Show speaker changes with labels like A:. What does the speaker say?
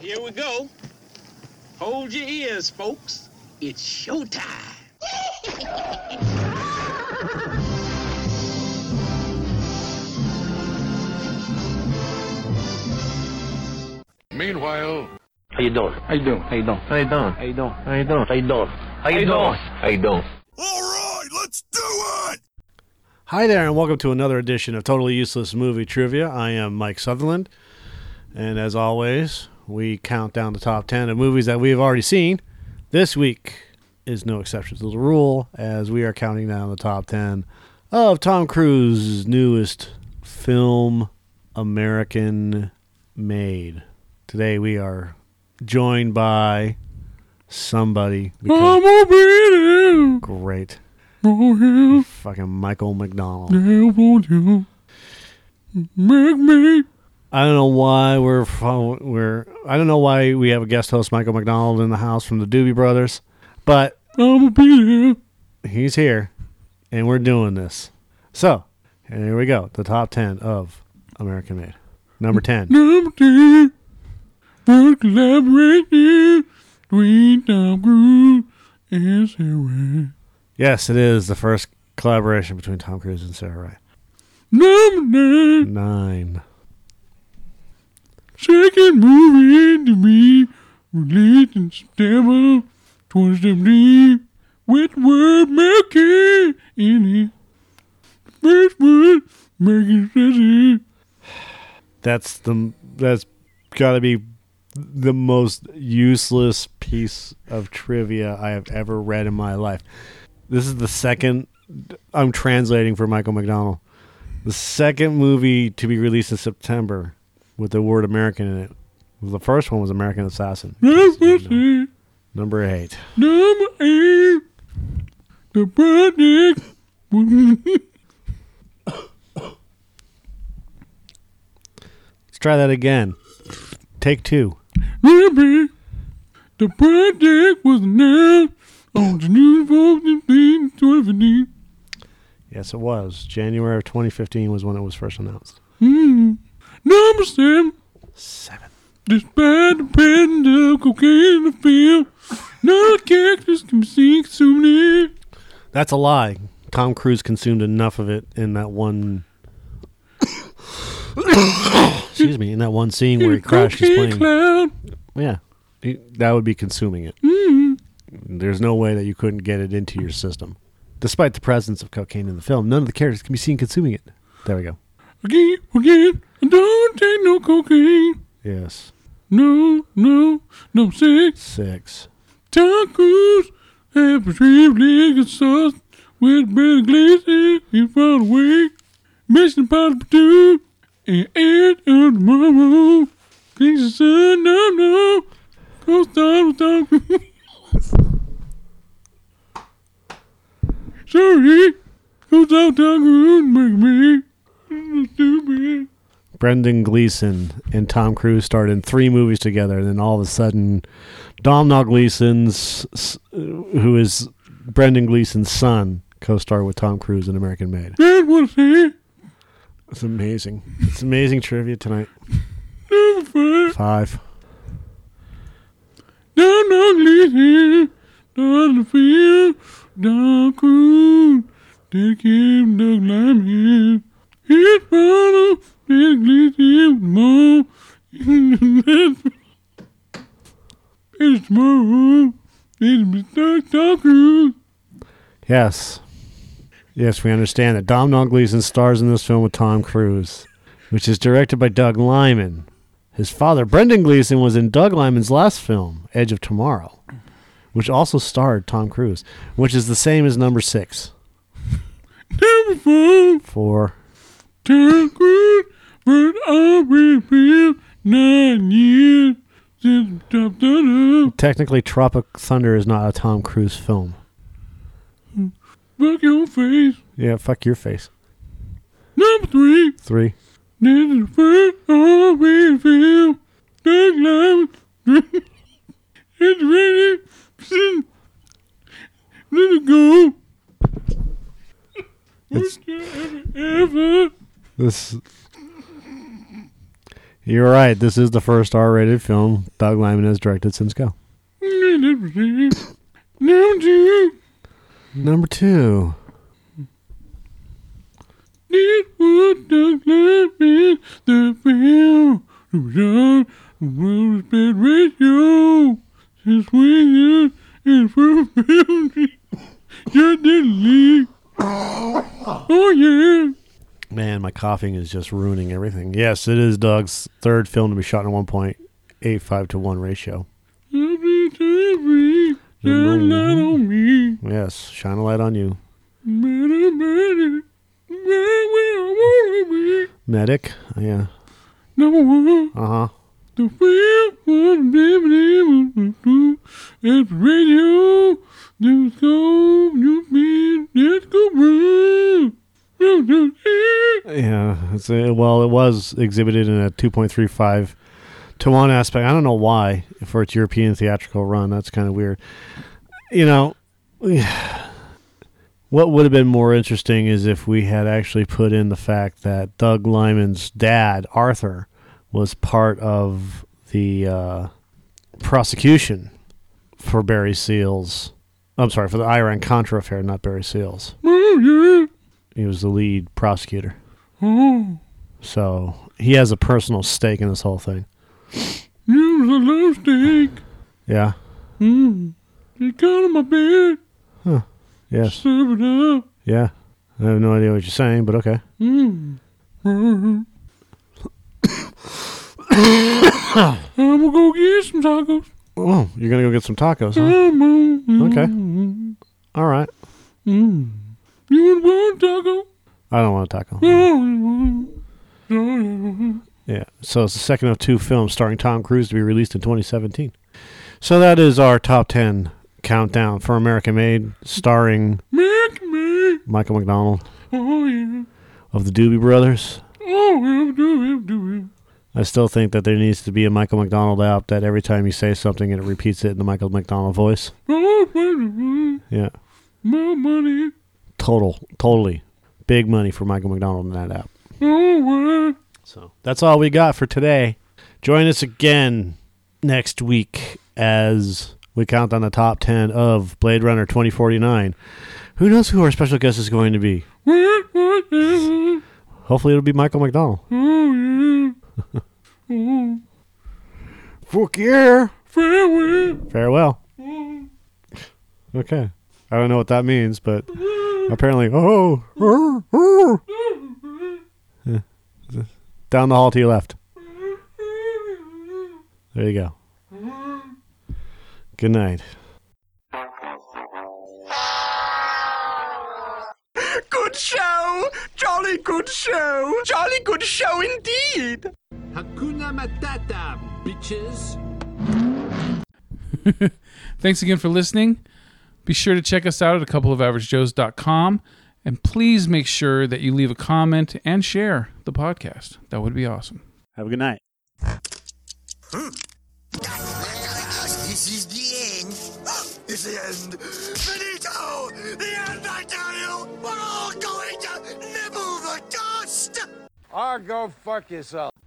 A: Here we go. Hold your ears, folks. It's showtime.
B: Meanwhile,
C: How you doing? How you doing? How you doing? How you doing? How you doing? How you doing? How you doing? How you doing? How you doing?
D: Hi there, and welcome to another edition of Totally Useless Movie Trivia. I am Mike Sutherland, and as always, we count down the top 10 of movies that we have already seen. This week is no exception to the rule, as we are counting down the top 10 of Tom Cruise's newest film, American Made. Today we are joined by somebody. because- Great. Fucking Michael McDonald. I don't know why we're fo- we're I don't know why we have a guest host Michael McDonald in the house from the Doobie Brothers, but he's here, and we're doing this. So here we go. The top ten of American Made. Number ten. Yes, it is the first collaboration between Tom Cruise and Sarah Wright. Nine.
E: Second movie into me, released in September 2017, with Word Mackey in it. First one, Mackey says
D: That's the that's got to be the most useless piece of trivia I have ever read in my life. This is the second I'm translating for Michael McDonald. The second movie to be released in September with the word American in it. The first one was American Assassin.
E: it.
D: Number 8.
E: Number eight, the project.
D: Let's try that again. Take 2.
E: Remember, the project was announced on June 14th, 2015.
D: Yes, it was. January of 2015 was when it was first announced.
E: Number seven,
D: 7.
E: Despite the presence of cocaine in the film, none of the characters can see consuming it.
D: That's a lie. Tom Cruise consumed enough of it in that one. excuse me, in that one scene where he crashed his
E: cocaine
D: plane.
E: cloud.
D: yeah, He- that would be consuming it. There's no way that you couldn't get it into your system, despite the presence of cocaine in the film. None of the characters can be seen consuming it. There we go.
E: Again, again, I don't take no cocaine.
D: Yes,
E: No, no, no sex.
D: six.
E: Tom Cruise had retrieved liquor sauce with better glazing in front of wake. Mission Impossible 2 and End of Tomorrow. Please, son, no, no. Go start with Tom Cruise. Sorry. Go start with Tom Cruise, make me. This is Stupid.
D: Brendan Gleeson and Tom Cruise starred in three movies together, and then all of a sudden, Domhnall Gleeson's, s- who is Brendan Gleeson's son, co-starred with Tom Cruise in American Made.
E: That was it.
D: It's amazing. It's amazing trivia tonight.
E: Number five.
D: Five.
E: Down on Lizzie, down the field, down cool, they came the glam here. His father, they glitzy more, it's more, it's Mr. Tucker.
D: Yes. Yes, we understand that Domhnall Gleeson stars in this film with Tom Cruise, which is directed by Doug Lyman. His father, Brendan Gleeson, was in Doug Lyman's last film, Edge of Tomorrow, which also starred Tom Cruise, which is the same as number six.
E: Number four,
D: Four.
E: Tucker, but I've been here nine years since Top Thunder.
D: Technically, Tropic Thunder is not a Tom Cruise film.
E: Fuck your face.
D: Yeah, fuck your face.
E: Number three,
D: Three.
E: This is first all we feel. Big love. It's ready. Sin- Let it go.
D: It's-
E: Ever, ever.
D: This. You're right. This is the first R-rated film Doug Lyman has directed since Go.
E: Now to
D: Number two.
E: did what Doug Liman, the film, the most bad ratio, is swinging and for filming, you're the league. Oh yeah.
D: Man, my coughing is just ruining everything. Yes, it is Doug's third film to be shot in a 1.85 to 1 ratio.
E: Every time we
D: Number
E: shine light on me,
D: Yes, shine a light on you.
E: better, better, right where I wanna be.
D: Medic? Yeah.
E: Number one.
D: Uh-huh.
E: The film was DVD and radio. The song you mean that's correct. No, no, eh.
D: Yeah. It's uh well, it was exhibited in a 2.35 to 1 aspect. I don't know why for its European theatrical run. That's kind of weird. You know, what would have been more interesting is if we had actually put in the fact that Doug Lyman's dad, Arthur, was part of the uh, prosecution for Barry Seals. I'm sorry, for the Iran Contra affair, not Barry Seals.
E: Oh, yeah.
D: He was the lead prosecutor.
E: Oh,
D: So he has a personal stake in this whole thing.
E: you was a love steak.
D: Yeah.
E: Mm. You got on my bed,
D: Yes.
E: serve it up.
D: Yeah. I have no idea what you're saying, but okay.
E: Mm. Mm. I'm gonna go get some tacos.
D: Oh, you're gonna go get some tacos, huh?
E: I'm gonna-
D: Okay. All right.
E: Mm. You want one taco?
D: I don't want a taco.
E: Number
D: Yeah. So it's the second of two films starring Tom Cruise to be released in 2017. So that is our top 10 countdown for American Made, starring Michael McDonald
E: oh
D: of the Doobie Brothers. I still think that there needs to be a Michael McDonald app that every time you say something, it repeats it in the Michael McDonald voice. Yeah. Total. Totally. Big money for Michael McDonald in that app. So that's all we got for today. Join us again next week as we count down the top 10 of Blade Runner 2049. Who knows who our special guest is going to be? Hopefully, it'll be Michael McDonald. Fuck yeah. Farewell. Okay. I don't know what that means, but apparently, oh, oh, oh. Yeah. down the hall to your left. There you go. Good night.
B: Good show! Jolly good show! Jolly good show indeed!
F: Hakuna Matata, bitches.
G: Thanks again for listening. Be sure to check us out at a couple of averagejoes.com and please make sure that you leave a comment and share the podcast. That would be awesome.
D: Have a good night.
B: This is the end. It's the end. Benito! The end, I tell you! We're all going to nibble the dust!
H: Or go fuck yourself.